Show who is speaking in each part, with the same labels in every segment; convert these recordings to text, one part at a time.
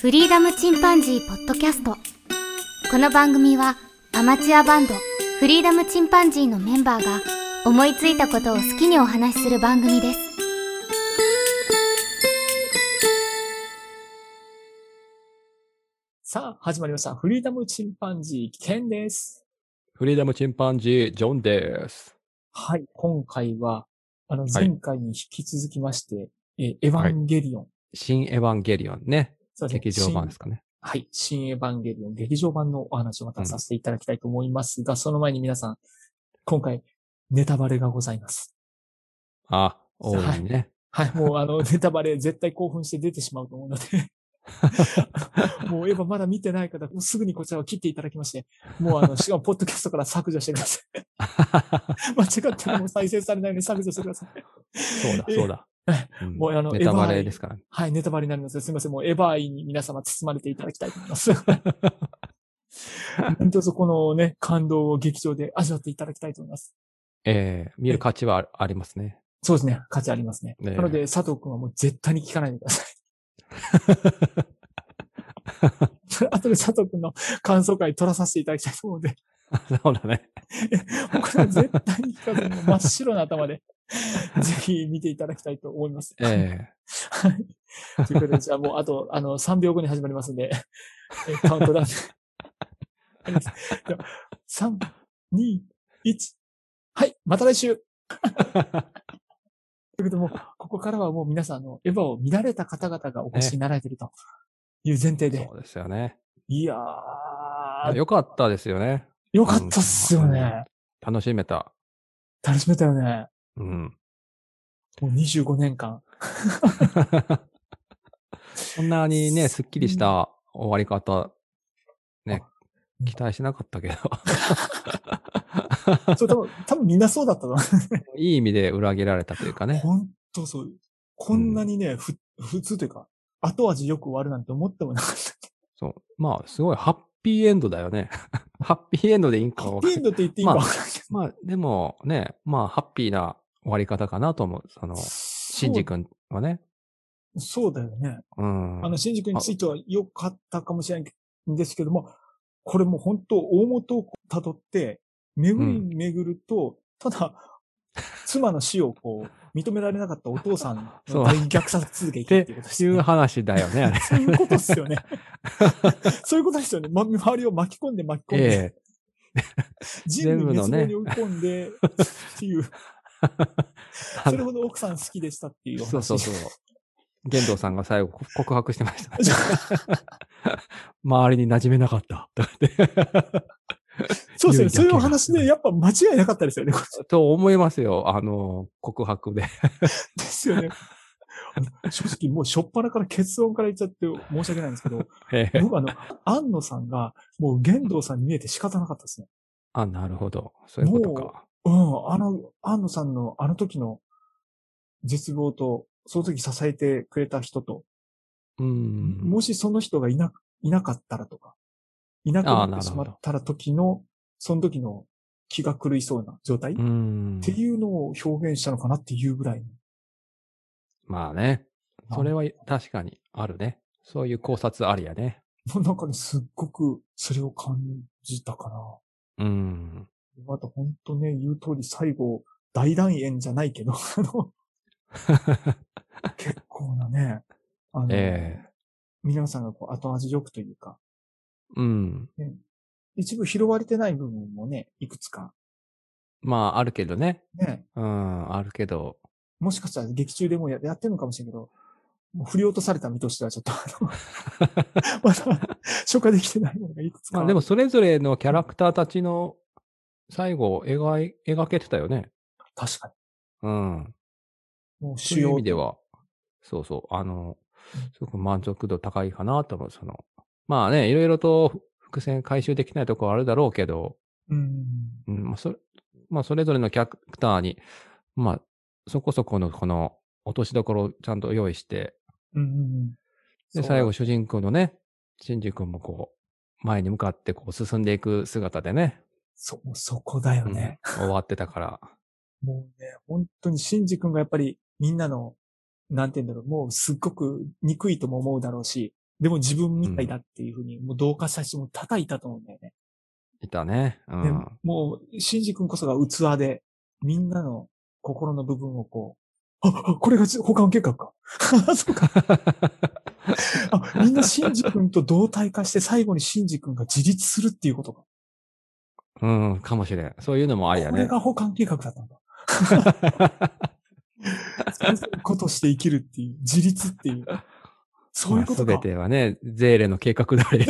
Speaker 1: フリーダムチンパンジーポッドキャストこの番組はアマチュアバンドフリーダムチンパンジーのメンバーが思いついたことを好きにお話しする番組です
Speaker 2: さあ、始まりました。フリーダムチンパンジー、ケンです。
Speaker 3: フリーダムチンパンジー、ジョンです。
Speaker 2: はい、今回は、あの、
Speaker 3: はい
Speaker 2: 前回に引き続きまして、えーエヴァンゲリオン。
Speaker 3: 新エヴァンゲリオンね。
Speaker 2: そうですね
Speaker 3: 劇場版ですかね。
Speaker 2: 新はい、新エヴァンゲリオン、劇場版のお話をまたさせていただきたいと思いますが、その前に皆さん、今回、ネタバレがございます。
Speaker 3: あ、大いに ね。
Speaker 2: はい、もうあの、ネタバレ絶対興奮して出てしまうと思うの で、もうエヴァまだ見てない方、もうすぐにこちらを切っていただきまして、もうあの、しかもポッドキャストから削除してください。 間違っても再生されないので削除してく ださい。
Speaker 3: そうだ、そう だ。ん
Speaker 2: もうあの
Speaker 3: ネタバレですからね。
Speaker 2: はい、ネタバレになります。すみません。もうエヴァ愛に皆様包まれていただきたいと思います。 何卒このね、感動を劇場で味わっていただきたいと思います。
Speaker 3: ええ見る価値はあありますね。
Speaker 2: そうですね。価値ありますね。
Speaker 3: ねえ
Speaker 2: なので、佐藤くんはもう絶対に聞かないでくだ さい。後で佐藤くんの感想会取らさせていただきたいと思うので、
Speaker 3: そうだね。
Speaker 2: これは絶対に聞かずに真っ白な頭 で、ぜひ見ていただきたいと思います。
Speaker 3: え
Speaker 2: はい。ということ で、じゃあもうあと、あの、3秒後に始まりますんで、えカウントダウン。ありますでは3、2、1。はい、また来週ということで、もう、ここからはもう皆さんあのエヴァを見られた方々がお越しになられてるという前提
Speaker 3: え
Speaker 2: で。
Speaker 3: そうですよね。
Speaker 2: いやー、
Speaker 3: よかったですよね。
Speaker 2: よかったっすよね。
Speaker 3: 楽しめた。
Speaker 2: 楽しめたよね。
Speaker 3: うん。
Speaker 2: もう25年間。
Speaker 3: そんなにね、すっきりした終わり方、ね
Speaker 2: あ、
Speaker 3: 期待しなかったけど、
Speaker 2: そう、多分、多分みんなそうだったと思う
Speaker 3: いい意味で裏切られたというかね。
Speaker 2: ほんとそう。こんなにね、ふ、普通というか、後味よく終わるなんて思ってもなかった。
Speaker 3: そう。まあ、すごいハッピーエンドだよね。 ハッピーエンドでいいんか
Speaker 2: ハ
Speaker 3: は
Speaker 2: ッピーエ
Speaker 3: 分かん
Speaker 2: ン
Speaker 3: な
Speaker 2: ド
Speaker 3: い。
Speaker 2: って言っていいかわからないけど。
Speaker 3: まあ、でもね、まあ、ハッピーな終わり方かなと思う。その、シンジ君はね。
Speaker 2: そうだよね。
Speaker 3: うん。
Speaker 2: あの、シンジ君については良かったかもしれないんですけども、これもう本当大元を辿って、巡り巡ると、ただ、妻の死をこう、認められなかったお父さん
Speaker 3: そ
Speaker 2: の
Speaker 3: う
Speaker 2: 大虐殺続きっていうことです
Speaker 3: い
Speaker 2: ね。
Speaker 3: う話だよね、あれ
Speaker 2: そういうことですよね。そういうことですよね。ま、周りを巻き込んで巻き込んで、
Speaker 3: え
Speaker 2: 人類
Speaker 3: 全部の
Speaker 2: 滅
Speaker 3: ね
Speaker 2: 亡に追い込んで、っていう、
Speaker 3: え
Speaker 2: それほど奥さん好きでしたっていうお話。
Speaker 3: そうそうそう。玄道さんが最後こ告白してま したね、
Speaker 2: じゃ
Speaker 3: 周りに馴染めなかった。とか言って。
Speaker 2: そうですよね。そういう
Speaker 3: 唯一だけが
Speaker 2: お話で、やっぱ間違いなかったです よね。これ
Speaker 3: と思いますよ。あの、告白で。
Speaker 2: ですよね。あの正直、もう初っ端から結論から言っちゃって申し訳ないんですけ ど、
Speaker 3: ええ
Speaker 2: 僕あの、安野さんが、もう玄道さんに見えて仕方なかったですね。
Speaker 3: あ、なるほど。そういうこと
Speaker 2: も
Speaker 3: か。
Speaker 2: うん、あの、安野さんのあの時の絶望と、その時支えてくれた人と、
Speaker 3: うん。
Speaker 2: もしその人がいな、いなかったらとか、いなくな
Speaker 3: あーな
Speaker 2: っ
Speaker 3: る
Speaker 2: て
Speaker 3: ほど
Speaker 2: しまったら時の、その時の気が狂いそうな状態、
Speaker 3: う
Speaker 2: っ
Speaker 3: ん。
Speaker 2: ていうのを表現したのかなっていうぐらい。
Speaker 3: まあね。それは確かにあるね。そういう考察ありやね。
Speaker 2: もうなんかね、すっごくそれを感じたかな。
Speaker 3: うん。
Speaker 2: あと本当ね、言う通り最後、大団円じゃないけど、 あの、結構なね、あの、
Speaker 3: ええ
Speaker 2: 皆さんがこう後味よくというか、
Speaker 3: うん。
Speaker 2: 一部拾われてない部分もね、いくつか、
Speaker 3: まあ、あるけどね。
Speaker 2: ね、
Speaker 3: うん、あるけど。
Speaker 2: もしかしたら劇中でもややってるのかもしれんけど、もう振り落とされた身としてはちょっと あの、まだ消化できてないものがいくつか。
Speaker 3: まあ、でも、それぞれのキャラクターたちの最後を描い、描けてたよね。
Speaker 2: 確か
Speaker 3: うん。
Speaker 2: に。もう
Speaker 3: そういう意味では、そうそう。あの、すごく満足度高いかなと思う。その、まあね、いろいろと伏線回収できないところはあるだろうけど、
Speaker 2: うん。
Speaker 3: うん、まあ、それ、まあ、それぞれのキャラクターに、まあ、そこそこの、この、落としどころをちゃんと用意して、
Speaker 2: うんうん。
Speaker 3: で、
Speaker 2: そう
Speaker 3: 最後、主人公のね、シンジ君もこう、前に向かってこう、進んでいく姿でね、
Speaker 2: そ、もうそこだよ
Speaker 3: うん
Speaker 2: ね。
Speaker 3: 終わってたから、
Speaker 2: もうね、本当にシンジ君がやっぱりみんなの、なんて言うんだろう、もうすっごく憎いとも思うだろうし、でも自分みたいだっていうふうに、もう同化した人も多々いたと思うんだよね。
Speaker 3: いたね。う
Speaker 2: で
Speaker 3: ん。
Speaker 2: もう、シンジ君こそが器で、みんなの心の部分をこう、あ、あこれがじ保管計画か。 あそうか。あみんなシンジ君と同体化して最後にシンジ君が自立するっていうことか。
Speaker 3: うん、かもしれん。そういうのもありや
Speaker 2: これ
Speaker 3: ね。
Speaker 2: が保管計画だったんだ。 そういうことして生きるっていう、自立っていう。そういうこと
Speaker 3: すべ
Speaker 2: か。
Speaker 3: てはね、ゼーレの計画通 り。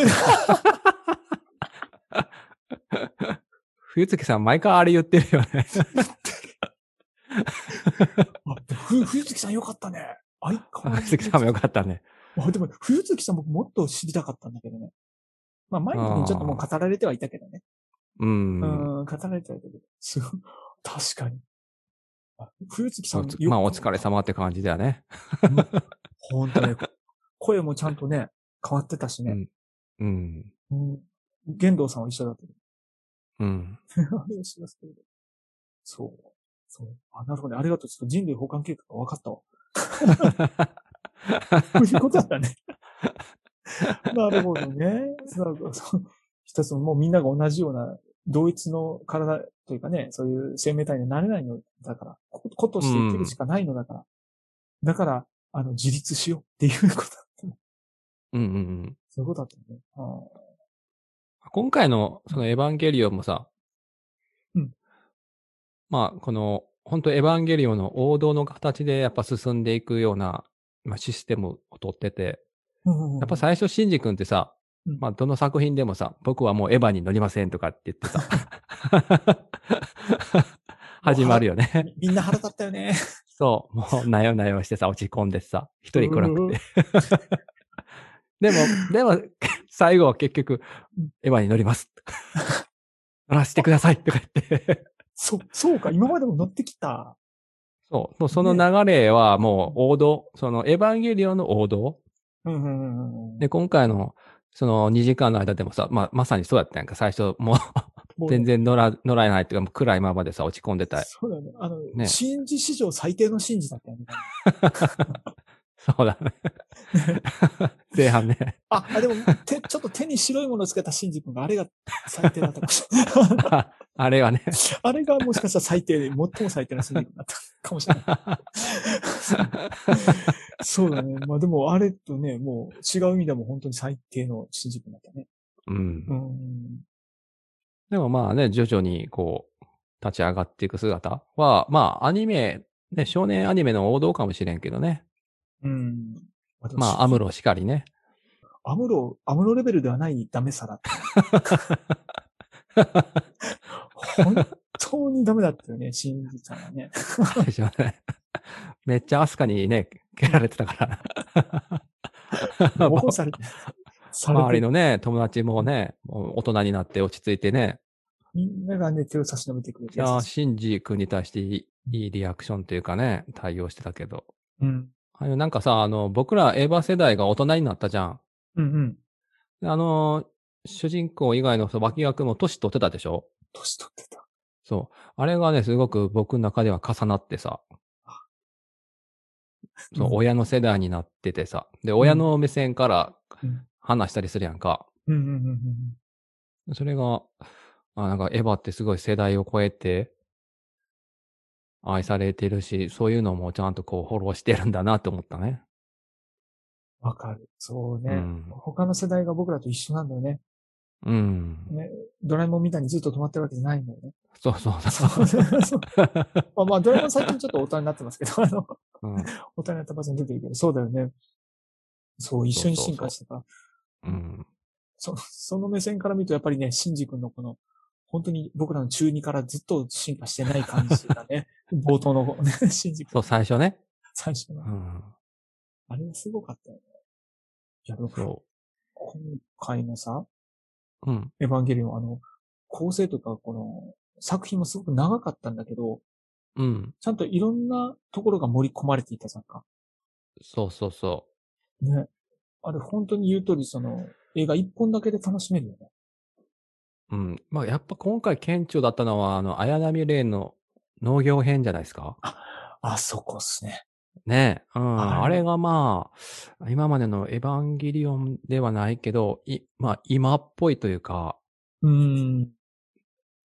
Speaker 3: 冬月さん、毎回あれ言ってるよね。
Speaker 2: あでもふ冬月さんよかったね。相変わら
Speaker 3: 冬
Speaker 2: ず
Speaker 3: 月さんもよかったね。
Speaker 2: あでも、冬月さん僕もっと知りたかったんだけどね。まあ、前にちょっともう語られてはいたけどね。
Speaker 3: うん。
Speaker 2: うん、語られてはいたけど。 すごい確かに。あ冬月さ
Speaker 3: お
Speaker 2: ん
Speaker 3: つ、まあ、お疲れ様って感じだよね。
Speaker 2: 本当ね。声もちゃんとね、変わってたしね。
Speaker 3: うん。
Speaker 2: うん。玄道さんは一緒だったけど。
Speaker 3: うん。
Speaker 2: あれはしますけど。そう。そう。あ、なるほどね。ありがとう。ちょっと人類保管計画が分かったわ。 そういうことだったね。なるほどね。そうかそう一つもうみんなが同じような同一の体というかね、そういう生命体になれないのだから、こことして生きるしかないのだから。だから、あの、自立しようっていうことだったね。
Speaker 3: うんうんうん。
Speaker 2: そういうことだったね。あ
Speaker 3: 今回の、そのエヴァンゲリオンもさ、
Speaker 2: うん。
Speaker 3: まあ、この、本当エヴァンゲリオンの王道の形でやっぱ進んでいくような、まあ、システムを取ってて、
Speaker 2: ー
Speaker 3: やっぱ、最初、シンジ君ってさ、
Speaker 2: うん
Speaker 3: まあ、どの作品でもさ、僕はもうエヴァに乗りませんとかって言 ってさ、 始まるよね。
Speaker 2: みみんな腹立ったよね。
Speaker 3: そう、 もう、なよなよしてさ、落ち込んでさ、一人暗くて。 でも、でも、 最後は結局、エヴァに乗り ます。乗らせてくださいとか言って。
Speaker 2: そう、そうか。今までも乗ってきた。
Speaker 3: そう、もうその流れはもう王道、そのエヴァンゲリオンの王道。
Speaker 2: うんうんうんうん
Speaker 3: で、今回の、その2時間の間でもさ、まあ、まさにそうだったやんか、最初、もう、
Speaker 2: もうね
Speaker 3: 全然乗ら、乗らないっていうか、もう暗いままでさ、落ち込んでた。
Speaker 2: そうだね。あの、
Speaker 3: ね
Speaker 2: 信じ史上最低の信じだったよね。
Speaker 3: そうだね。前半ね。
Speaker 2: あ、あでも、手、ちょっと手に白いものをつけた信じ君があれが最低だったかもしれない。
Speaker 3: ああれはね。
Speaker 2: あれがもしかしたら最低で、最も最低な信じ君だったかもしれない。そうだね。まあでも、あれとね、もう違う意味でも本当に最低の信じ君だったね。
Speaker 3: うん
Speaker 2: う。ん。
Speaker 3: でもまあね、徐々にこう、立ち上がっていく姿は、まあアニメ、ね、少年アニメの王道かもしれんけどね。
Speaker 2: うん。まあでも
Speaker 3: まあアム。ロしかり ね。
Speaker 2: アムロ、アムロレベルではないダメさだった。本当にダメだったよね、信じちゃんはね。
Speaker 3: 最初はねめっちゃアスカにね、 蹴られてたから。
Speaker 2: もうされて、されて
Speaker 3: 周りのね、友達もね、もう大人になって落ち着いてね、
Speaker 2: みんながね、手を差し伸べてくれ
Speaker 3: い
Speaker 2: て。
Speaker 3: やー、シンジ君に対していいいいリアクションというかね、対応してたけど。
Speaker 2: うん。
Speaker 3: あのなんかさ、あの、僕らエヴァ世代が大人になったじゃん。
Speaker 2: うんうん。
Speaker 3: あの、主人公以外のその脇役も年取ってたでしょ
Speaker 2: 年取ってた。
Speaker 3: そう。あれがね、すごく僕の中では重なってさ。そう、
Speaker 2: うん
Speaker 3: 親の世代になっててさ。で、親の目線から
Speaker 2: うん
Speaker 3: 話したりするやんか。
Speaker 2: うんうんうんうん。
Speaker 3: それが、あなんかエヴァってすごい世代を超えて、愛されてるし、そういうのもちゃんとこうフォローしてるんだなって思ったね。
Speaker 2: わかる。そう
Speaker 3: う
Speaker 2: ね、
Speaker 3: ん。
Speaker 2: 他の世代が僕らと一緒なんだよね。
Speaker 3: うん。
Speaker 2: ドラえもんみたいにずっと止まってるわけじゃないんだよ ね。
Speaker 3: そうそうそ
Speaker 2: そう
Speaker 3: う。
Speaker 2: そうまあまあ、ドラえもん最近ちょっと大人になってますけど、あの、
Speaker 3: うん
Speaker 2: 大人になった場所に出てるけど、そうだよね。そう、一緒に進化してた。
Speaker 3: うん。
Speaker 2: そ その目線から見ると、やっぱりね、シンジ君のこの、本当に僕らの中二からずっと進化してない感じが ね、冒頭の、ね、シンジ君
Speaker 3: そう、最初ね。
Speaker 2: 最初の
Speaker 3: う。ん。
Speaker 2: あれはすごかったよね。いや、でも今
Speaker 3: そ
Speaker 2: 回のさ、
Speaker 3: う。うん。
Speaker 2: エヴァンゲリオン、あの、構成とか、この、作品もすごく長かったんだけど、
Speaker 3: うん。
Speaker 2: ちゃんといろんなところが盛り込まれていたじゃんか。
Speaker 3: そうそうそ
Speaker 2: ね。あれ、本当に言う通り、その、映画一本だけで楽しめるよね。
Speaker 3: う。うん。まあ、やっぱ今回顕著だったのは、あの、綾波レイの農業編じゃないですか。
Speaker 2: あそこっすね。
Speaker 3: ねえ。うん。
Speaker 2: はい
Speaker 3: あれがまあ、今までのエヴァンゲリオンではないけど、い、まあ今っぽいというか、
Speaker 2: うん。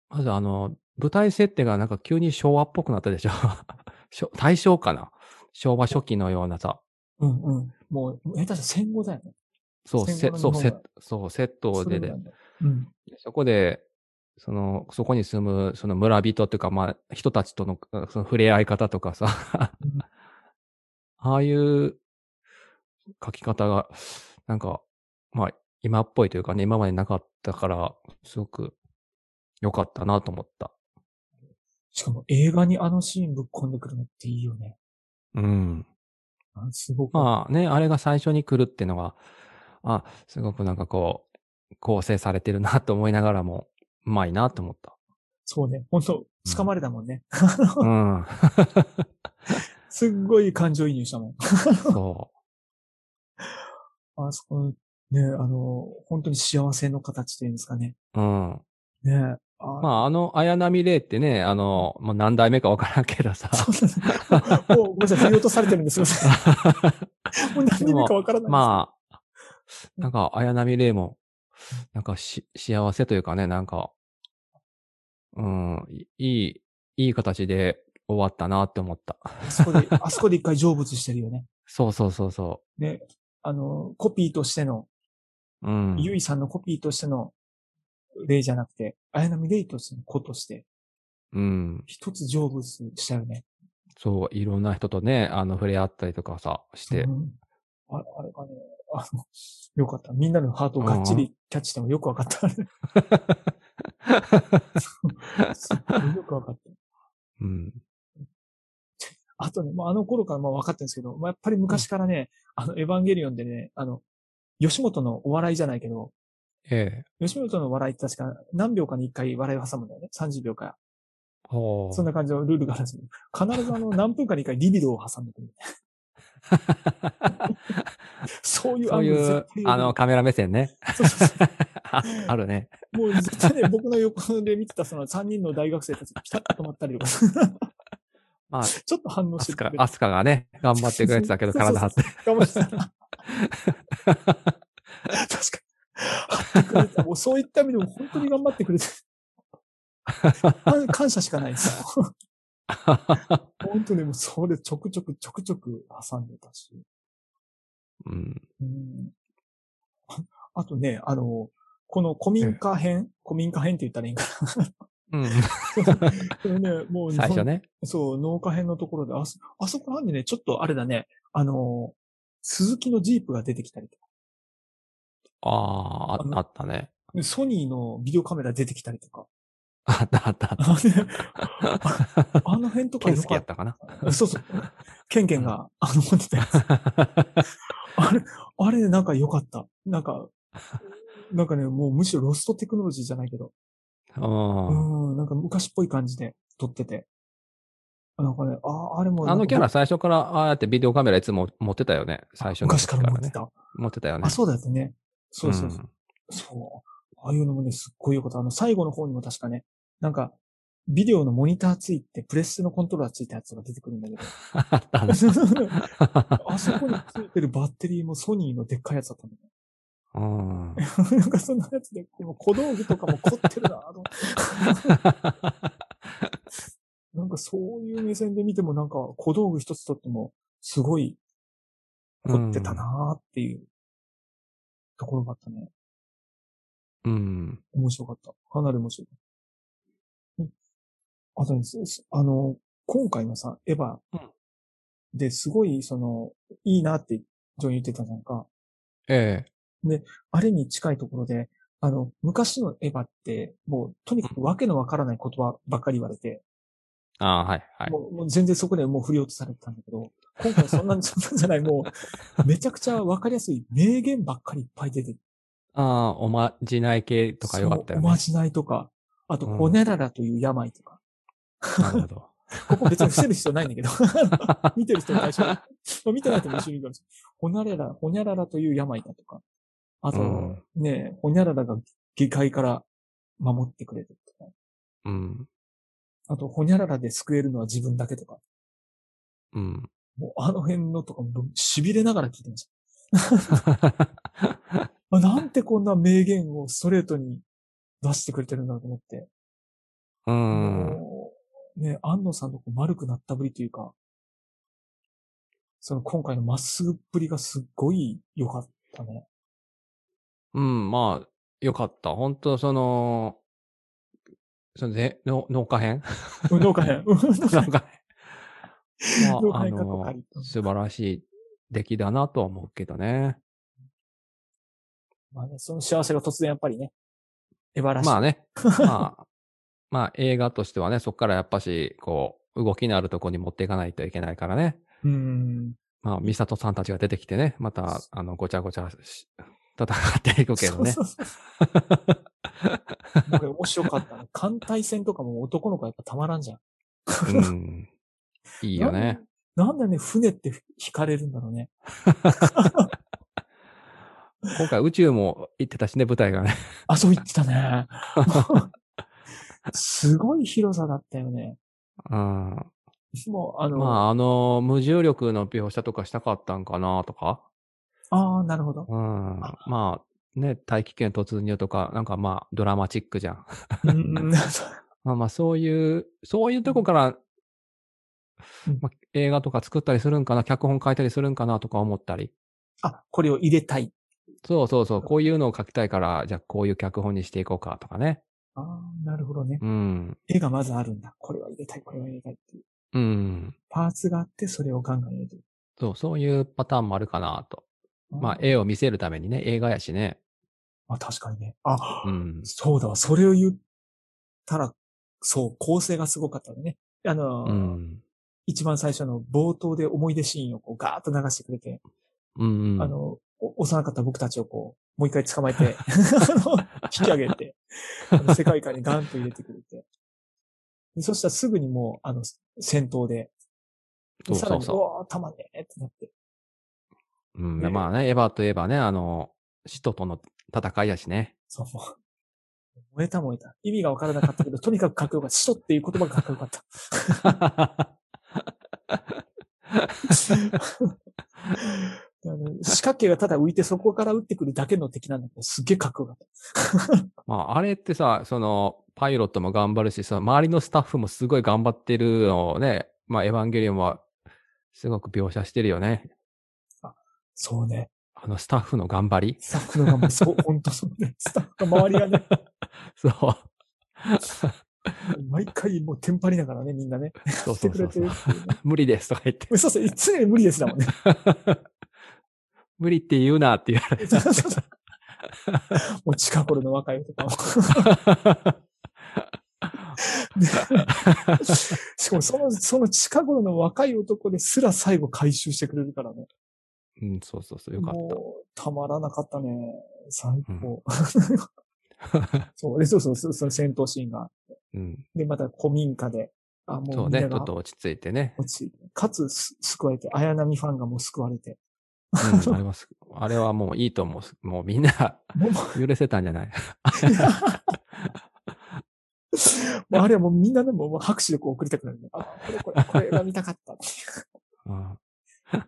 Speaker 3: まずあの、舞台設定がなんか急に昭和っぽくなったでしょ 昭大正かな昭和初期のようなさ。
Speaker 2: うんうん。もう、下手したら戦後だよね。
Speaker 3: そう、せ
Speaker 2: 戦後の
Speaker 3: そう、
Speaker 2: 日
Speaker 3: セ
Speaker 2: 本
Speaker 3: ッ
Speaker 2: が
Speaker 3: ト、そう、セット
Speaker 2: そ
Speaker 3: でね
Speaker 2: れなんだようん。
Speaker 3: そこで、その、そこに住む、その村人というか、まあ、人たちとの、その触れ合い方とかさ
Speaker 2: うん、
Speaker 3: ああいう書き方が、なんか、まあ、今っぽいというかね、今までなかったから、すごく良かったなと思った。
Speaker 2: しかも映画にあのシーンぶっ込んでくるのっていいよね。
Speaker 3: うん。
Speaker 2: あすごく。
Speaker 3: まあね、あれが最初に来るっていうのが、あ、すごくなんかこう、構成されてるなと思いながらも、うまいなと思った。
Speaker 2: そうね。本当掴まれたもんね。
Speaker 3: うん。
Speaker 2: すっごい感情移入したもん。
Speaker 3: そ
Speaker 2: あそこ、ね、あの、本当に幸せの形というんですかね。
Speaker 3: う。うん。
Speaker 2: ねあ、
Speaker 3: まあ、あの、綾波レイってね、あの、もう何代目かわからんけどさ。
Speaker 2: そうですね。もう、ごめんなさい、振り落とされてるんです。すいません。もう何人目かわからないです。あ。
Speaker 3: まあ、なんか、綾波レイも、なんかし、幸せというかね、なんか、うん、いい、いい形で終わったなって思った。
Speaker 2: あそこで、あそこで一回成仏してるよね。
Speaker 3: そうそうそうそ
Speaker 2: ね。あの、コピーとしての、
Speaker 3: う。うん。
Speaker 2: ゆいさんのコピーとしての、例じゃなくて、綾波レイとしての子として、
Speaker 3: うん。
Speaker 2: 一つ成仏したよね。
Speaker 3: そう、いろんな人とね、あの、触れ合ったりとかさ、して
Speaker 2: う。んあれ、あれがね、あの、よかった。みんなのハートをがっちりキャッチしてもよくわかった。すっごいよくわかった。
Speaker 3: うん。
Speaker 2: あとね、まあ、あの頃からまあ分かってるんですけど、まあ、やっぱり昔からね、あの、エヴァンゲリオンでね、あの、吉本のお笑いじゃないけど、
Speaker 3: ええ。
Speaker 2: 吉本のお笑いって確か何秒かに一回笑いを挟むんだよね。30秒か。
Speaker 3: ほう
Speaker 2: そんな感じのルールがあるんですけど、必ずあの、何分かに一回リビドを挟んでくる。そういう
Speaker 3: そういう、あの、、カメラ目線ね。
Speaker 2: そうそうそ
Speaker 3: ああるね。
Speaker 2: うもう絶対ね、僕の横で見てたその3人の大学生たちがピタッと止まったりとか、
Speaker 3: まあ、
Speaker 2: ちょっと反応
Speaker 3: ア
Speaker 2: して
Speaker 3: スカ
Speaker 2: くれ、る
Speaker 3: アスカがね、頑張ってくれてたけど、
Speaker 2: そうそう
Speaker 3: 体張って。
Speaker 2: かもしれない。確かに。もうそういった意味でも本当に頑張って くれて、感感謝しかないです。 本当にもうそれちょくちょくちょくちょく挟んでたし。
Speaker 3: うん。
Speaker 2: うんああとね、あの、この古民家編、古民家編って言ったらいいんか
Speaker 3: うん
Speaker 2: な。これね、もう
Speaker 3: 最初ね。
Speaker 2: そう、農家編のところで、あそ、あそこなんでね、ちょっとあれだね、あの、鈴木のジープが出てきたりとか
Speaker 3: ああ、ああったね。
Speaker 2: で、ソニーのビデオカメラ出てきたりとか。
Speaker 3: あったあったあっ
Speaker 2: あのね
Speaker 3: た。
Speaker 2: あの辺とか
Speaker 3: ケン
Speaker 2: よ
Speaker 3: スケ
Speaker 2: か
Speaker 3: や
Speaker 2: っ
Speaker 3: っ たかな。
Speaker 2: た。そうそう。ケンケン が、あの、持ってたやつ。あれ、あれなんか良かった。なんか、なんかね、もうむしろロストテクノロジーじゃないけど、う
Speaker 3: うん
Speaker 2: ん、なんか昔っぽい感じで撮ってて。なんかね、ああ、あれも。
Speaker 3: あのキャ
Speaker 2: な
Speaker 3: ラ
Speaker 2: んか
Speaker 3: 最初から、ああやってビデオカメラいつも持ってたよね。最初の
Speaker 2: 昔から持っ
Speaker 3: ね
Speaker 2: て。た。
Speaker 3: 持ってたよね。
Speaker 2: あ、そうだったね。そうそうそう。
Speaker 3: ん
Speaker 2: そう。ああいうのもね、すっごい良かった。あの、最後の方にも確かね、なんか、ビデオのモニターついて、プレステのコントローラーついたやつが出てくるんだけど。
Speaker 3: あったね
Speaker 2: あそこについてるバッテリーもソニーのでっかいやつだったんだよ
Speaker 3: うん。
Speaker 2: なんかそんなやつで、この小道具とかも凝ってるなぁと思って。なんかそういう目線で見てもなんか小道具一つとってもすごい凝ってたなぁっていうところがあったね。
Speaker 3: うん。
Speaker 2: 面白かった。かなり面白い。うんあとです、すあの、今回のさ、エヴァ
Speaker 3: うん
Speaker 2: ですごい、その、いいなって、ジョン言ってたじゃんか。
Speaker 3: ええ。
Speaker 2: あれに近いところで、あの、昔のエヴァって、もう、とにかくわけのわからない言葉ばっかり言われて、
Speaker 3: ああ、はい、はい。
Speaker 2: もうもう全然そこでもう振り落とされてたんだけど、今回そん な、そんなんじゃない、もう、めちゃくちゃわかりやすい名言ばっかりいっぱい出て
Speaker 3: ああ、おまじない系とかよかった
Speaker 2: そ
Speaker 3: よ
Speaker 2: う
Speaker 3: ね
Speaker 2: おま。じないとか、あと、
Speaker 3: うん
Speaker 2: コネララという病とか。
Speaker 3: なるほど。
Speaker 2: ここ別に伏せる必要ないんだけど。見てる人も対象。ま あ見てない人も一緒にいるかもしれない。ほにゃらら、ほにゃららという病だとか。あと、
Speaker 3: うん
Speaker 2: ねえ、ほにゃららが下界から守ってくれるとか。
Speaker 3: うん。
Speaker 2: あと、ほにゃららで救えるのは自分だけとか。
Speaker 3: うん。
Speaker 2: もうあの辺のとかも痺れながら聞いてました。あなんてこんな名言をストレートに出してくれてるんだろうと思って。
Speaker 3: うん。
Speaker 2: もうね、安野さんのこう丸くなったぶりというか、その今回のまっすぐっぷりがすっごい良かったね。
Speaker 3: うん、まあ、よかった。本当その、そのぜ、の農 家編
Speaker 2: 運動会編。運動
Speaker 3: 農
Speaker 2: 会
Speaker 3: 家編。
Speaker 2: 農
Speaker 3: ま
Speaker 2: 家
Speaker 3: あ、あ
Speaker 2: 編かどうか
Speaker 3: の、素晴らしい出来だなとは思うけどね。
Speaker 2: まあね、その幸せが突然やっぱりね、エバらしい。
Speaker 3: ま あね。まあ、まあ映画としてはね、そこからやっぱし、こう、動きのあるとこに持っていかないといけないからね。
Speaker 2: うん。
Speaker 3: まあ、ミサトさんたちが出てきてね、また、あの、ごちゃごちゃし、戦っていくけどね
Speaker 2: そ。うそう そうこれ面白かったね。艦隊戦とかも男の子やっぱたまらんじゃん。
Speaker 3: うん。いいよね。
Speaker 2: なんでね、船って惹かれるんだろうね。
Speaker 3: 今回宇宙も行ってたしね、舞台がね。
Speaker 2: あ、そう言ってた ね。すごい広さだったよね。
Speaker 3: うん。
Speaker 2: もう、あの、
Speaker 3: まあ、あの、無重力の描写とかしたかったんかなとか。
Speaker 2: ああ、なるほど。
Speaker 3: うん。まあ、ね、大気圏突入とか、なんかまあ、ドラマチックじゃん。
Speaker 2: うん、
Speaker 3: まあまあ、そういう、そういうとこから
Speaker 2: うん、
Speaker 3: まあ、映画とか作ったりするんかな、脚本書いたりするんかなとか思ったり。
Speaker 2: あ、これを入れたい。
Speaker 3: そうそうそう、こういうのを書きたいから、じゃあこういう脚本にしていこうかとかね。
Speaker 2: ああ、なるほどね。
Speaker 3: うん。
Speaker 2: 絵がまずあるんだ。これは入れたい、これは入れたいっていう。
Speaker 3: うん。
Speaker 2: パーツがあって、それをガンガン入れてる。
Speaker 3: そう、そういうパターンもあるかなと。まあ、
Speaker 2: え
Speaker 3: 絵を見せるためにね、映画やしね。
Speaker 2: あ、確かにね。あ、
Speaker 3: うん。
Speaker 2: そうだわ。それを言ったら、そう、構成がすごかったね。あの、
Speaker 3: うん。
Speaker 2: 一番最初の冒頭で思い出シーンをこうガーッと流してくれて、
Speaker 3: うん。
Speaker 2: あの、お幼かった僕たちをこう、もう一回捕まえ て、あの、引き上げて、あの世界観にガンと入れてくれて。でそしたらすぐにもう、あの、戦闘で、
Speaker 3: そう
Speaker 2: さら
Speaker 3: そう
Speaker 2: に、
Speaker 3: そ
Speaker 2: おー、弾ねーってなって。
Speaker 3: う。うん、
Speaker 2: ね
Speaker 3: まあね、エヴァといえばね、あの、使徒との戦いや しね。
Speaker 2: そう、もう燃えた燃えた。意味がわからなかったけど、とにかくかっこよかった。使徒っていう言葉がかっこよかった。 あの四角形がただ浮いてそこから撃ってくるだけの敵なんだけど、すっげえかっこよかった。
Speaker 3: まあ、あれってさ、その、パイロットも頑張るし、その周りのスタッフもすごい頑張ってるのをね、まあ、エヴァンゲリオンは、すごく描写してるよね。
Speaker 2: そうね。
Speaker 3: あの、スタッフの頑 張り。
Speaker 2: スタッフのがもう、そう、ほんとそうね。スタッフの周りが ね、
Speaker 3: そう。
Speaker 2: 毎回もうテンパりながらね、みんなね。
Speaker 3: そう
Speaker 2: して
Speaker 3: そう
Speaker 2: く
Speaker 3: そ
Speaker 2: れて
Speaker 3: う
Speaker 2: るっ
Speaker 3: そう。
Speaker 2: ていうね
Speaker 3: 無理ですとか言って。
Speaker 2: そうそう、常に無理ですだもんね。
Speaker 3: 無理って言う なって言われて。
Speaker 2: そうそうそうもう近頃の若いとか も。しかもその、その近頃の若い男ですら最後回収してくれるからね。
Speaker 3: うん、そうそうそう、よかっ
Speaker 2: もう、たまらなかったね。最高。
Speaker 3: た。
Speaker 2: そう、で、そうそう、そうその戦闘シーンが。
Speaker 3: うん、
Speaker 2: で、また古民家で。あ、も
Speaker 3: そう
Speaker 2: うみん
Speaker 3: ね、
Speaker 2: な
Speaker 3: ちょっ
Speaker 2: が
Speaker 3: と落ち着いてね。
Speaker 2: 落ち着いて、かつす救われて、綾波ファンがもう救われて。
Speaker 3: うん、あれはす、あれはもういいと思う。もうみんな
Speaker 2: もう、も
Speaker 3: 許せたんじゃないう
Speaker 2: あれはもうみんなでももう拍手でこう送りたくなるね。あ、これこれ、こ れが見たかったっていう。
Speaker 3: うん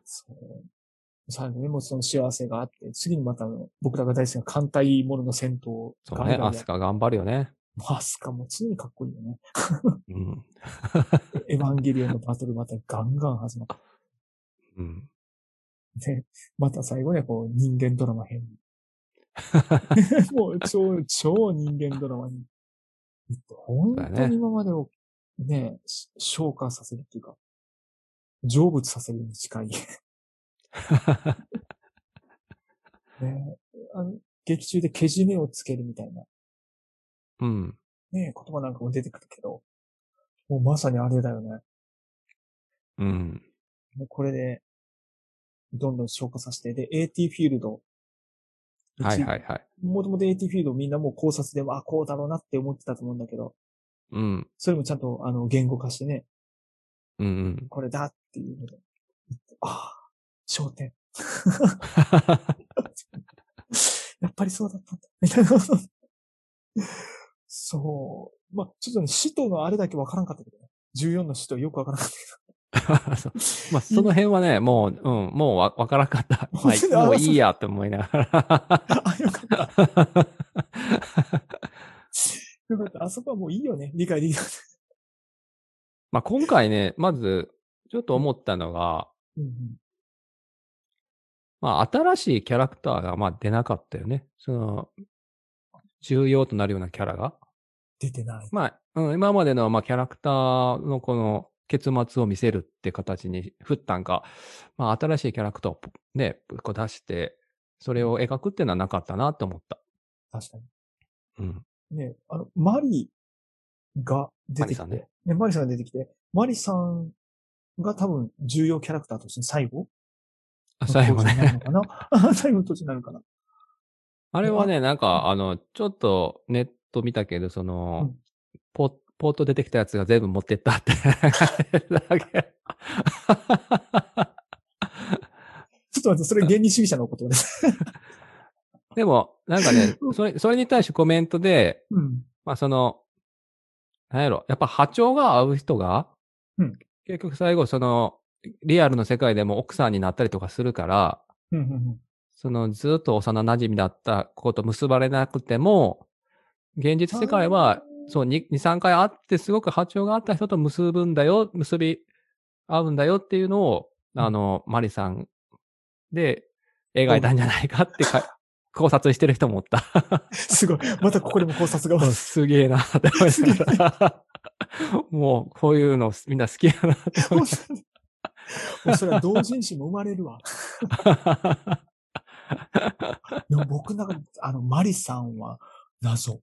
Speaker 2: そう。最後にもうその幸せがあって、次にまたあの僕らが大好きな艦隊ものの戦闘
Speaker 3: そうね、
Speaker 2: ガンガ
Speaker 3: ア
Speaker 2: ンや
Speaker 3: スカ頑張るよね。
Speaker 2: もうアスカも常にかっこいいよね。
Speaker 3: うん。
Speaker 2: エヴァンゲリオンのバトルまたガンガン始まっ
Speaker 3: うん。
Speaker 2: て、また最後にはこう人間ドラマ 編。もう超、超人間ドラマに。本
Speaker 3: そう
Speaker 2: 当
Speaker 3: だね
Speaker 2: に今までをね、し昇華させるっていうか、成仏させるに近い。ね、あの劇中でけじめをつけるみたいな。
Speaker 3: うん。
Speaker 2: ね、言葉なんかも出てくるけど、もうまさにあれだよね。
Speaker 3: うん。
Speaker 2: もうこれで、どんどん消化させて、で、AT フィールド。
Speaker 3: はいはいはい。
Speaker 2: い。もともと AT フィールドみんなもう考察でも、あ、こうだろうなって思ってたと思うんだけど、
Speaker 3: うん。
Speaker 2: それもちゃんと、あの、言語化してね、
Speaker 3: うん うん。
Speaker 2: これだっていうので、ああ、焦点。 やっぱりそうだったんだ。みたいな。そう。まあ、ちょっとね、使徒のあれだけわからんかったけどね。14の使徒よくわからなかったけど。
Speaker 3: そうまあ、その辺はね、もう、うん、もうわわからんか った。ま
Speaker 2: そう
Speaker 3: あ、
Speaker 2: だ
Speaker 3: もういいやと思いなが
Speaker 2: あ、よかった。
Speaker 3: ら。
Speaker 2: よかった。あそこはもういいよね。理解できなかった。
Speaker 3: まあ、今回ね、まず、ちょっと思ったのが、
Speaker 2: うんうん
Speaker 3: まあ、新しいキャラクターが、まあ、出なかったよね。その、重要となるようなキャラが。
Speaker 2: 出てない。
Speaker 3: まあ、うん、今までの、まあ、キャラクターのこの結末を見せるって形に振ったんか、まあ、新しいキャラクターをぽね、こう出して、それを描くっていうのはなかったなって思った。
Speaker 2: 確かに。
Speaker 3: うん。
Speaker 2: ね、あの、マリが出てきて、
Speaker 3: マリさんね
Speaker 2: ねマリさんが出てきて、マリさんが多分重要キャラクターとして最後
Speaker 3: あ最後ね。。
Speaker 2: の登場になるのかな 最後の土地になるかな
Speaker 3: あれはね、なんか、あの、ちょっとネット見たけど、その、
Speaker 2: うん
Speaker 3: ポポート出てきたやつが全部持ってったって。だけ
Speaker 2: ちょっと待って、それ原理主義者の言葉です。
Speaker 3: でも、なんかね、 それ、それに対してコメントで、
Speaker 2: うん。
Speaker 3: まあその、なんやろ、やっぱ波長が合う人が、
Speaker 2: うん
Speaker 3: 結局最後その、リアルの世界でも奥さんになったりとかするから、
Speaker 2: うんうんうん。
Speaker 3: そのずっと幼馴染だった子と結ばれなくても、現実世界は、そう、2、3回会ってすごく波長があった人と結ぶんだよ、結び合うんだよっていうのを、あの、マリさんで描いたんじゃないかっ てか考察してる人もおった。
Speaker 2: すごい。またここでも考察が。
Speaker 3: すげえなって思いながら。もう、こういうのみんな好きやなって思い
Speaker 2: もうそれは同人誌も生まれるわ。
Speaker 3: ながら
Speaker 2: でも僕の中で、あの、マリさんは謎。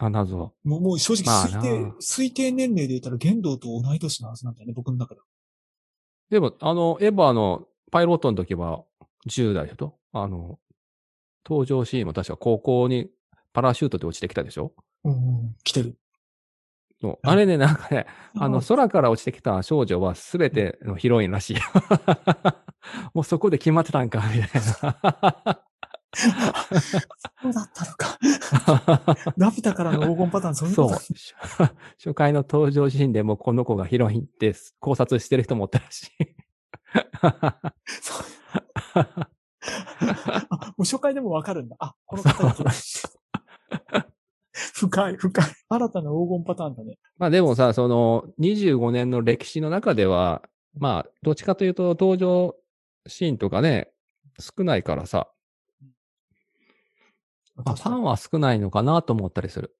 Speaker 3: あ、謎。
Speaker 2: もうもう正直
Speaker 3: まあ
Speaker 2: 推定、
Speaker 3: な
Speaker 2: 推定年齢で言ったら玄道と同い年のはずなんだよね、僕の中では。
Speaker 3: でも、あの、エヴァのパイロットの時は10代だと。あの、登場シーンも確か高校にパラシュートで落ちてきたでしょ
Speaker 2: うんうん。来てる。
Speaker 3: のあれね、なんかね、あの、空から落ちてきた少女は全てのヒロイン らしい。もうそこで決まってたんか、みたい な。
Speaker 2: そうだったの か。ラピュタからの黄金パターン、そういうこ
Speaker 3: そう
Speaker 2: と。
Speaker 3: 初初回の登場シーンでもうこの子がヒロインって考察してる人もおったらしい。
Speaker 2: そう。あ、もう初回でもわかるんだ。あ、この方が 来る。 深い、深い。新たな黄金パターンだね。
Speaker 3: まあでもさ、その25年の歴史の中では、まあどっちかというと登場シーンとかね、少ないからさ、まあ、ファンは少ないのかなと思ったりする。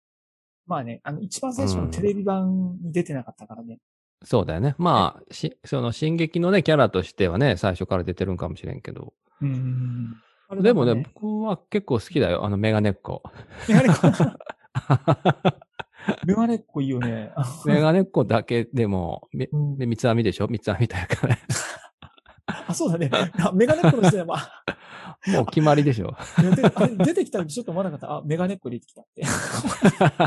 Speaker 2: まあね、あの、一番最初のテレビ版に出てなかったからね。
Speaker 3: そうだよね。まあ、しその進撃のね、キャラとしてはね、最初から出てるんかもしれんけど。
Speaker 2: うんうんうん。あれ
Speaker 3: でもね、
Speaker 2: だん
Speaker 3: 僕は結構好きだよ。あのメガネっ 子。
Speaker 2: メガネっ子、 メガネっ子いいよね。あ
Speaker 3: メガネっ子だけでも、み
Speaker 2: うん
Speaker 3: で、三つ編みでしょ三つ編みというかね。
Speaker 2: あ、そうだね。あメガネっ子の時代は、あ
Speaker 3: もう決まりでしょ。
Speaker 2: いやであれ出てきた時ちょっと思わなかった。あ、メガネっ子出てきたって。思わなか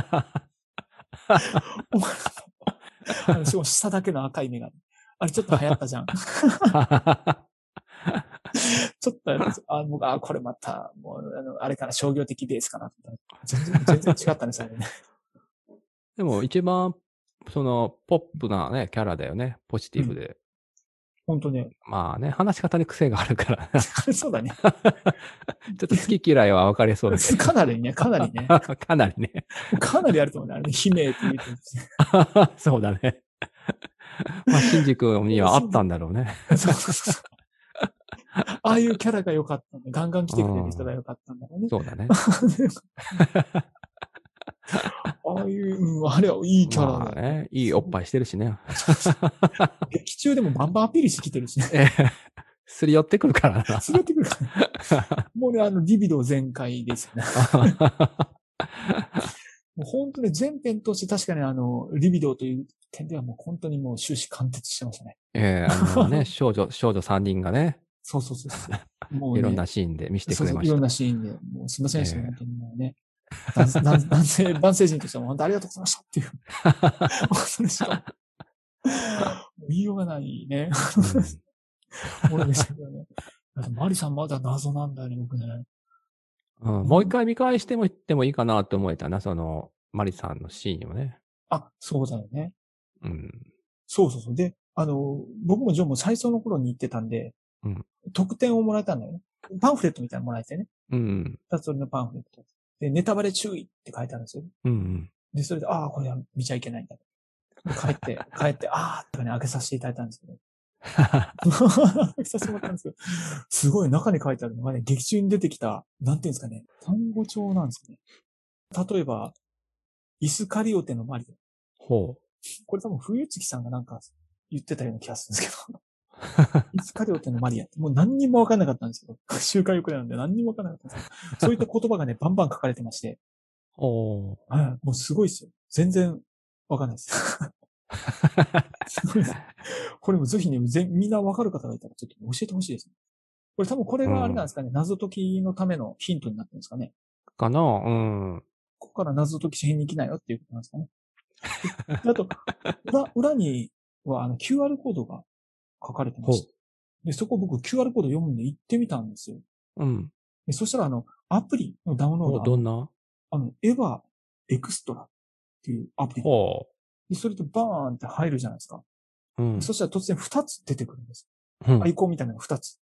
Speaker 2: ったあのしかも下だけの赤いメガネ。あれちょっと流行ったじゃん。ちょっ と、あ、僕、あ、これまた、もう、あの、あれから商業的ベースかなと思ったら。全然、全然違ったね、 それね。
Speaker 3: でも一番、その、ポップなね、キャラだよね。ポジティブで。
Speaker 2: 本当 ね。
Speaker 3: まあね、話し方に癖があるから、 ち
Speaker 2: そうだね。
Speaker 3: ょっと好き嫌いは分かれそうです
Speaker 2: かなりね、かなりね。
Speaker 3: けど。かなりね。
Speaker 2: かなりあると思うね。あれね、悲鳴って言うてるん ですよ
Speaker 3: そうだね。 まあ、シンジ君にはあったんだろうね。
Speaker 2: そうそうそうそう。ああいうキャラが良かったね。ガンガン来てくれる人が良かったんだろうね。
Speaker 3: そうだね。
Speaker 2: ああいう、うん、あれはいいキャラ
Speaker 3: ま
Speaker 2: だ
Speaker 3: あ
Speaker 2: ね。
Speaker 3: ね、いいおっぱいしてるしね。
Speaker 2: 劇中でもバンバンアピールしてきてるしね。
Speaker 3: ええ すり寄ってくるからな。
Speaker 2: 連れてくる から。もうね、あの、リビド全開ですよね。もう本当に全編通して確かにあの、リビドという点ではもう本当にもう終始貫徹してましたね。
Speaker 3: ええあ のね、少女、少女3人がね、
Speaker 2: そうそうそうそう。もう、ね、
Speaker 3: いろんなシーンで見せて
Speaker 2: そ
Speaker 3: く
Speaker 2: う
Speaker 3: れ
Speaker 2: そう
Speaker 3: ま
Speaker 2: い
Speaker 3: し
Speaker 2: ろん
Speaker 3: た。
Speaker 2: なシーンで、もうすみませんでした、
Speaker 3: ええ
Speaker 2: 本当にもうね。男男男 性、男性陣としても本当ありがとうございましたっていう。もうそれしか、もう言いようがないね。
Speaker 3: うん
Speaker 2: ものでしたけどね。だってマリさんまだ謎なんだよね、僕ね。
Speaker 3: うんもう一回見返しても言ってもいいかなと思えたな、その、マリさんのシーンをね。
Speaker 2: あ、そうだよね。
Speaker 3: うん。
Speaker 2: そうそうそう。で、あの、僕もジョンも最初の頃に行ってたんで、
Speaker 3: うん
Speaker 2: 特典をもらえたんだよね。パンフレットみたいなのもらえてね。
Speaker 3: うん。
Speaker 2: 二つ折りのパンフレット。で、ネタバレ注意って書いてあるんですよ。
Speaker 3: うん うん。
Speaker 2: で、それで、ああ、これは見ちゃいけないんだ。帰 って、帰って、ああ、とかね、開 けさせていただいたんですけど。開けさせてもらったんですけど。すごい中に書いてあるのがね、劇中に出てきた、なんていうんですかね、単語帳なんですね。例えば、イスカリオテのマリオ。
Speaker 3: ほ
Speaker 2: これ多分冬月さんがなんか言ってたような気がするんですけど。
Speaker 3: う。
Speaker 2: イスカリオテのマリアってもう何にもわかんなかったんですけど。週刊よくなんで何にもわかんなかったんですけど。そういった言葉がね、バンバン書かれてまして。
Speaker 3: おー。
Speaker 2: はい。もうすごいですよ。全然わかんないです。すごいですこれもぜひね、ぜみんなわかる方がいたらちょっと教えてほしいです、ね。これ多分これがあれなんですかね、謎解きのためのヒントになってるんですかね。
Speaker 3: かなうん。
Speaker 2: ここから謎解きしに来なよっていうことなんです かね。であと、裏、裏にはあの QR コードが書かれてました。で、そこ僕 QR コード読むんで行ってみたんですよ。
Speaker 3: うん。
Speaker 2: でそしたらあの、アプリのダウンロード
Speaker 3: お
Speaker 2: が
Speaker 3: どんな
Speaker 2: あの、エヴァエクストラっていうアプリ。
Speaker 3: ほ
Speaker 2: で、それとバーンって入るじゃないですか。
Speaker 3: う。うん。
Speaker 2: そしたら突然2つ出てくるんです。
Speaker 3: うん
Speaker 2: アイコンみたいなのが2つ。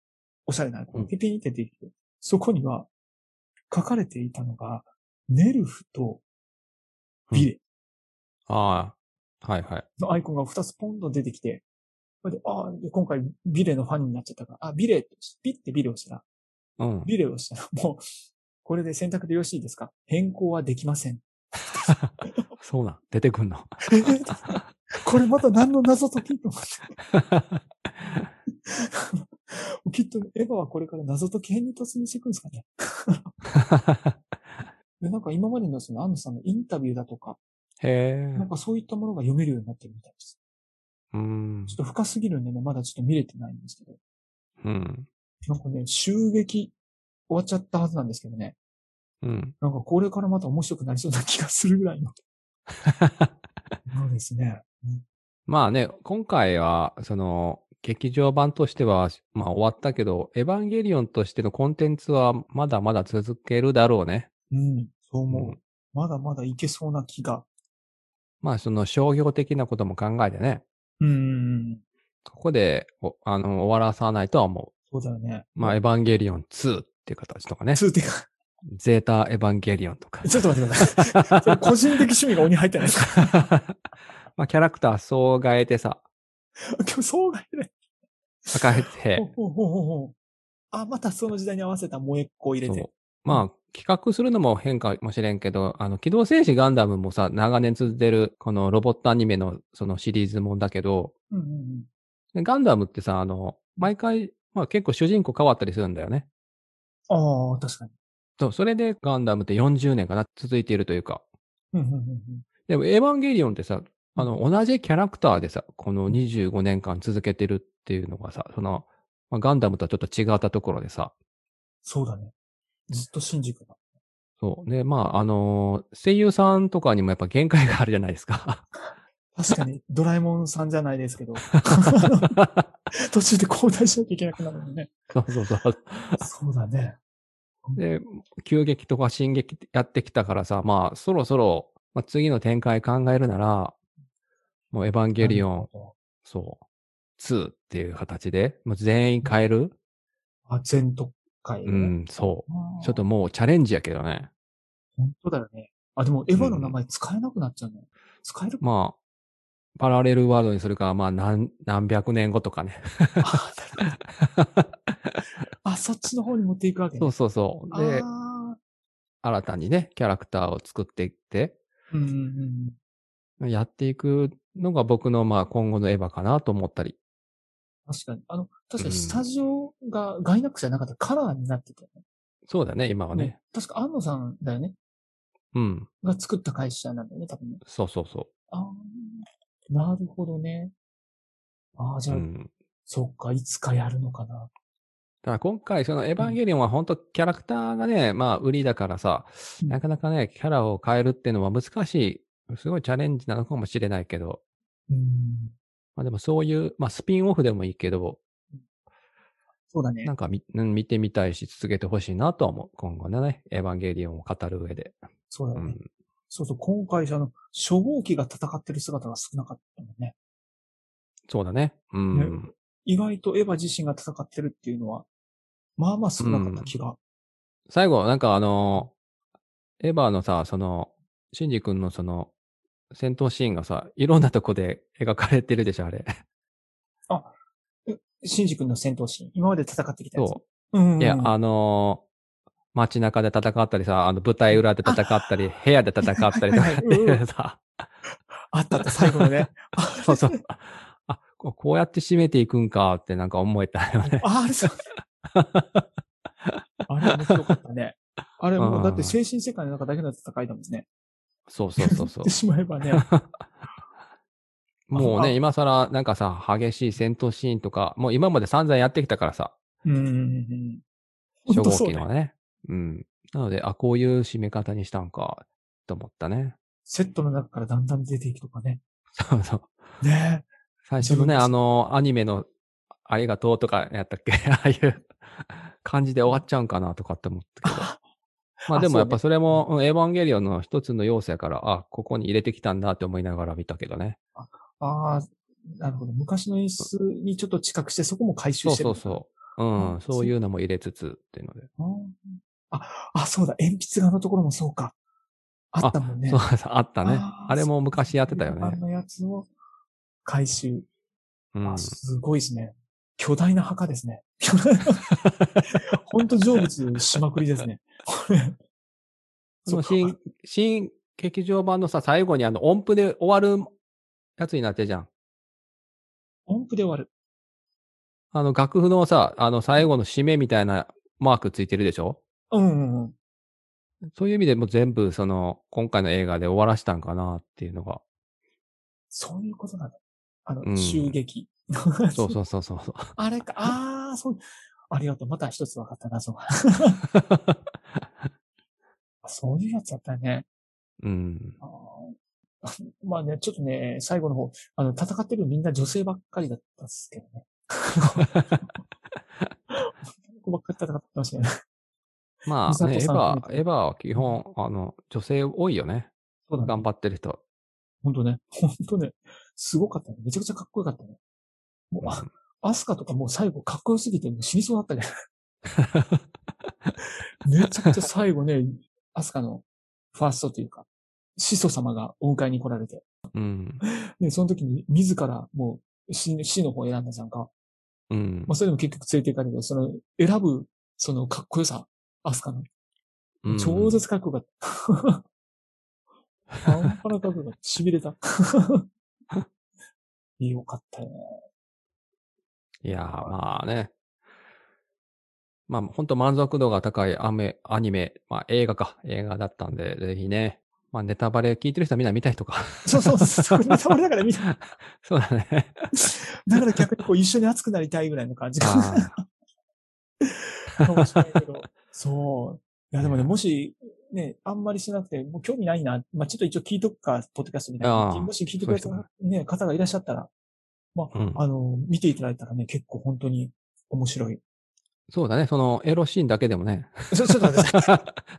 Speaker 2: おしゃれなアイコ
Speaker 3: う
Speaker 2: ン。
Speaker 3: ん
Speaker 2: ピピンって出てきて。そこには、書かれていたのが、ネルフとビレ
Speaker 3: ああ。はいはい。
Speaker 2: のアイコンが2つポンと出てきて、それで、ああ、で今回ビレのファンになっちゃったから、あ、ビレって、ピッてビレをしたら、
Speaker 3: うん。
Speaker 2: ビレをした ら、もう、これで選択でよろしいですか変更はできませ ん。
Speaker 3: そうなん。出てく んの。
Speaker 2: これまた何の謎解きと 思って。きっとエヴァはこれから謎解き編に突入していくんですかね。で、なんか今までのそのアンナさんのインタビューだとか、
Speaker 3: へえ。
Speaker 2: なんかそういったものが読めるようになってるみたいです。
Speaker 3: うん
Speaker 2: ちょっ。と深すぎるんでね、まだちょっと見れてないんですけど。
Speaker 3: うん。
Speaker 2: なんかね、襲撃終わっちゃったはずなんですけどね。
Speaker 3: うん。
Speaker 2: なんかこれからまた面白くなりそうな気がするぐら いの。そうですね。うん
Speaker 3: まあね、今回は、その、劇場版としては、まあ終わったけど、エヴァンゲリオンとしてのコンテンツはまだまだ続けるだろうね。
Speaker 2: うん、そう思う。
Speaker 3: うん
Speaker 2: まだまだいけそうな気が。
Speaker 3: まあその商業的なことも考えてね、
Speaker 2: うんうんうん、
Speaker 3: ここでおあの終わらさないとは思
Speaker 2: そうだよね。
Speaker 3: う。まあエヴァンゲリオン2っていう形とかね、
Speaker 2: 通ってか、
Speaker 3: ゼータエヴァンゲリオンとか。
Speaker 2: ちょっと待ってくだ さい。そ れ個人的趣味が鬼入ってないですか
Speaker 3: まあキャラクター総変えてさ、
Speaker 2: 今日そうがいない。
Speaker 3: 変えて、
Speaker 2: ほうほうほうほうあ、またその時代に合わせた萌えっ子を入れ
Speaker 3: そう
Speaker 2: て。
Speaker 3: まあ、企画するのも変化もしれんけど、あの、機動戦士ガンダムもさ、長年続いてる、このロボットアニメの、そのシリーズもんだけど、
Speaker 2: うんうんうん。
Speaker 3: でガンダムってさ、あの、毎回、まあ結構主人公変わったりするんだよね。
Speaker 2: ああ、確かに。
Speaker 3: そう、それでガンダムって40年かな、続いているというか。
Speaker 2: うんうんうん
Speaker 3: でも、エヴァンゲリオンってさ、あの、同じキャラクターでさ、この25年間続けてるっていうのがさ、その、まあ、ガンダムとはちょっと違ったところでさ、
Speaker 2: そうだね。ずっと信じてた。
Speaker 3: そう。で、まあ、あの声優さんとかにもやっぱ限界があるじゃないですか。
Speaker 2: 確かに、ドラえもんさんじゃないですけど、 途中で交代しなきゃいけなくなるのね。
Speaker 3: そうそうそう。
Speaker 2: そうだね。
Speaker 3: で、急激とか進撃やってきたからさ、まあ、そろそろ、まあ、次の展開考えるなら、もうエヴァンゲリオン、そう、2っていう形で、もう全員変える、
Speaker 2: あ、全特会、
Speaker 3: う
Speaker 2: ね。
Speaker 3: ん、そ
Speaker 2: あ
Speaker 3: う。
Speaker 2: ー
Speaker 3: ちょっと。もうチャレンジやけどね。
Speaker 2: 本当だよね。あ、でも、エヴァの名前使えなくなっちゃうね。使えるか。
Speaker 3: まあ、パラレルワールドにするか、まあ、何、何百年後とかね。
Speaker 2: あ、なるほどあ、そっちの方に持っていくわけね。
Speaker 3: そうそうそう。で、
Speaker 2: あ
Speaker 3: 新たにね、キャラクターを作っていって、
Speaker 2: ーうんうんうん。
Speaker 3: やっていくのが僕の、まあ、今後のエヴァかなと思ったり。
Speaker 2: 確かに。あの、確か
Speaker 3: う
Speaker 2: に
Speaker 3: ん
Speaker 2: スタジオがガイナックスじゃなかったカラーになってたよね。
Speaker 3: そうだね、今はね。
Speaker 2: 確か安野さんだよね。
Speaker 3: うん。
Speaker 2: が作った会社なんだよね、多分ね。
Speaker 3: そうそうそ
Speaker 2: ああ、なるほどね。ああ、じ
Speaker 3: う。
Speaker 2: ゃ
Speaker 3: う
Speaker 2: あ、
Speaker 3: ん。
Speaker 2: そっか、いつかやるのかな。
Speaker 3: ただ今回、そのエヴァンゲリオンは本当キャラクターがね、まあ売りだからさ、
Speaker 2: うん
Speaker 3: なかなかね、キャラを変えるっていうのは難しい、すごいチャレンジなのかもしれないけど、
Speaker 2: うん。
Speaker 3: まあでもそういう、まあスピンオフでもいいけど、
Speaker 2: そうだね
Speaker 3: な。んかみ、うん見てみたいし続けてほしいなとは思う。今後のね、エヴァンゲリオンを語る上で。
Speaker 2: そうだ
Speaker 3: う
Speaker 2: よね。
Speaker 3: ん。
Speaker 2: そうそう、今回、あの、初号機が戦ってる姿が少なかったもんね。
Speaker 3: そうだね。うん。
Speaker 2: 意外とエヴァ自身が戦ってるっていうのは、まあまあ少なかった気が。
Speaker 3: 最後、なんかあの、エヴァのさ、その、シンジ君のその、戦闘シーンがさ、いろんなとこで描かれてるでしょ、あれ。
Speaker 2: シンジ君の戦闘シーン、今まで戦ってきたやつ。。
Speaker 3: そう
Speaker 2: んうんう
Speaker 3: う。
Speaker 2: ん、
Speaker 3: いや、あの街中で戦ったりさ、あの、舞台裏で戦ったり、部屋で戦ったりとか
Speaker 2: はいはい
Speaker 3: って
Speaker 2: はい
Speaker 3: いうさ、
Speaker 2: あったあった、最後の ね。
Speaker 3: そうそう。あ、ここうやって締めていくんかってなんか思えたよね。
Speaker 2: あ、あれ さ。あれ面白かったね。あれもうだって精神世界の中だけの戦いだもんね。
Speaker 3: そうそうそうそ
Speaker 2: 言っ
Speaker 3: う
Speaker 2: て。しまえ ばね。
Speaker 3: もう
Speaker 2: あ
Speaker 3: ね、今更なんかさ、激しい戦闘シーンとか、もう今まで散々やってきたからさ、
Speaker 2: うんうんうんうん。本
Speaker 3: 初
Speaker 2: 当
Speaker 3: 号
Speaker 2: そう
Speaker 3: 機の
Speaker 2: ね。
Speaker 3: はね。うん。なので、あ、こういう締め方にしたんか、と思ったね。
Speaker 2: セットの中からだんだん出ていくとかね。
Speaker 3: そうそう。
Speaker 2: ねえ
Speaker 3: 最
Speaker 2: 自
Speaker 3: 初のね、
Speaker 2: 分です
Speaker 3: あの、アニメの、ありがとうとかやったっけ ああいう感じで終わっちゃうんかなとかって思ったけど。まあでもやっぱそれも、うんエヴァンゲリオンの一つの要素やから、あ、ここに入れてきたんだって思いながら見たけどね。
Speaker 2: ああ、なるほど。昔の演出にちょっと近くして、そこも回収
Speaker 3: そう
Speaker 2: してる
Speaker 3: そ
Speaker 2: の
Speaker 3: う
Speaker 2: か。
Speaker 3: そう。うん、
Speaker 2: うん
Speaker 3: そういうのも入れつつっていうので。
Speaker 2: うんあ、あ、そうだ。鉛筆画のところもそうか。あったもんね。
Speaker 3: そう そう、あったね。
Speaker 2: あ
Speaker 3: あ
Speaker 2: ー
Speaker 3: れも昔やってたよ
Speaker 2: あ
Speaker 3: ね。
Speaker 2: のやつを回収。
Speaker 3: うん
Speaker 2: あ、すごいですね。巨大な墓ですね。 本当成仏しまくりですね。これ
Speaker 3: その
Speaker 2: そう
Speaker 3: 新、新劇場版のさ、最後にあの音符で終わるやつになってるじゃん。
Speaker 2: 音符で終わる。
Speaker 3: あの楽譜のさ、あの最後の締めみたいなマークついてるでしょ
Speaker 2: うんうんうん。
Speaker 3: そういう意味でもう全部その今回の映画で終わらしたんかなっていうのが。
Speaker 2: そういうことなんだ。あ
Speaker 3: う
Speaker 2: の、
Speaker 3: ん
Speaker 2: 襲撃。
Speaker 3: そうそうそうそう。
Speaker 2: あれか、ああ、そう。ありがとう。また一つ分かった 謎が。そういうやつだったね。
Speaker 3: うん。
Speaker 2: あー まあね、ちょっとね、最後の方、あの、戦ってるみんな女性ばっかりだったんですけど ね。僕ばっかり戦ってましたよね。
Speaker 3: まあ、
Speaker 2: 美
Speaker 3: ね、
Speaker 2: 里
Speaker 3: エ
Speaker 2: さ
Speaker 3: ヴ
Speaker 2: ん
Speaker 3: ァ、エヴァは基本、あの、女性多いよね。
Speaker 2: そうだね。
Speaker 3: 頑張ってる人。
Speaker 2: ほんとね。 ほんとね。すごかったね。めちゃくちゃかっこよかったね。もう、あ、アスカとかもう最後かっこよすぎてもう死にそうだったね。めちゃくちゃ最後ね、アスカのファーストというか、始祖様がお迎えに来られて、
Speaker 3: うん。
Speaker 2: で、その時に自らもう死ぬ死の方を選んだじゃんか。
Speaker 3: うん
Speaker 2: まあ、。それでも結局連れていかれるけど、その、選ぶ、その、かっこよさ、アスカの。
Speaker 3: うん
Speaker 2: 超絶かっこ よかった。半端なかっこよかった。痺れた。 よかったよね。
Speaker 3: いやー、まあね。まあ、本当満足度が高いアメアニメ、まあ映画か、映画だったんで、ぜひね。まあネタバレ聞いてる人はみんな見たい人か。
Speaker 2: そうそう、そうネタバレだから見た。
Speaker 3: そうだね。
Speaker 2: だから逆にこう一緒に熱くなりたいぐらいの感じか
Speaker 3: あー
Speaker 2: かもしれないけ ど。そう。いや、でもね、
Speaker 3: いや
Speaker 2: もし、ね、あんまりしなくて、もう興味ないな。まあ、ちょっと一応聞いとくか、ポッドキャストみたい
Speaker 3: あ
Speaker 2: な。
Speaker 3: あ
Speaker 2: もし聞いてくれた
Speaker 3: そうで
Speaker 2: ね、方がいらっしゃったら、まあ、
Speaker 3: うん
Speaker 2: あの、見ていただいたらね、結構本当に面白い。
Speaker 3: そうだね。そのエロシーンだけでもね。
Speaker 2: ちょ、ちょっと待って、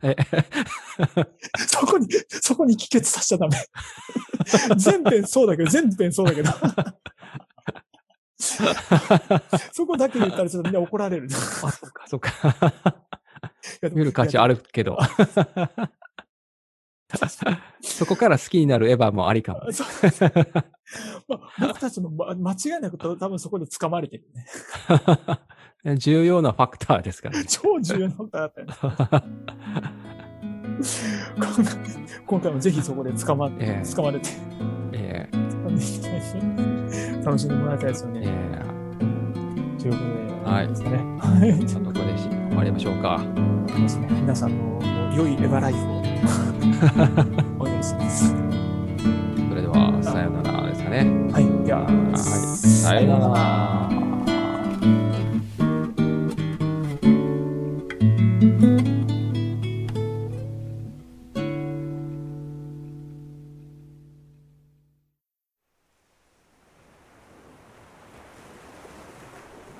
Speaker 3: え
Speaker 2: そこに、そこに帰結させちゃダメ。 全編そうだけど、全編そうだけど。 そこだけ言ったらちょっとみんな怒られ る。
Speaker 3: あ、そっか、そっか。 見る価値あ
Speaker 2: る。
Speaker 3: るけ ど。そこから好きになるエヴァもありかも。
Speaker 2: そうまあ、僕たちも、ま、間違いなくと多分そこで掴まれてるね。
Speaker 3: 重要なファクターですからね。
Speaker 2: 超重要なことだったよ ね。今回今回もぜひそこで捕まって、
Speaker 3: ええ
Speaker 2: 捕まれて、
Speaker 3: え
Speaker 2: 掴んでいただいて楽しんでもらいたいですよ
Speaker 3: え
Speaker 2: ね。
Speaker 3: ええ
Speaker 2: ということで、
Speaker 3: はい
Speaker 2: ですかね。はい。
Speaker 3: ちょっとここで終わりましょうか。
Speaker 2: 皆さんの良いエヴァライフ をお願いします。
Speaker 3: それでは、さよならですかね。
Speaker 2: はい、では、
Speaker 3: はい。さよなら。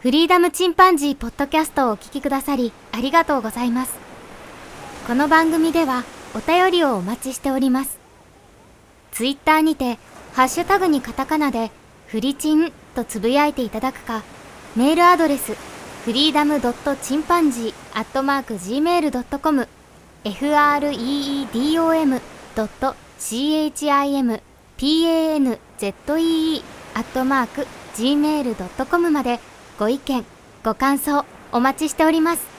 Speaker 1: フリーダムチンパンジーポッドキャストをお聞きくださりありがとうございます。この番組ではお便りをお待ちしております。ツイッターにて、ハッシュタグにカタカナで、フリチンとつぶやいていただくか、メールアドレス、フリーダムドットチンパンジーアットマーク Gmail.com、freedom ドット chimpanzee アットマーク Gmail.com までご意見、ご感想お待ちしております。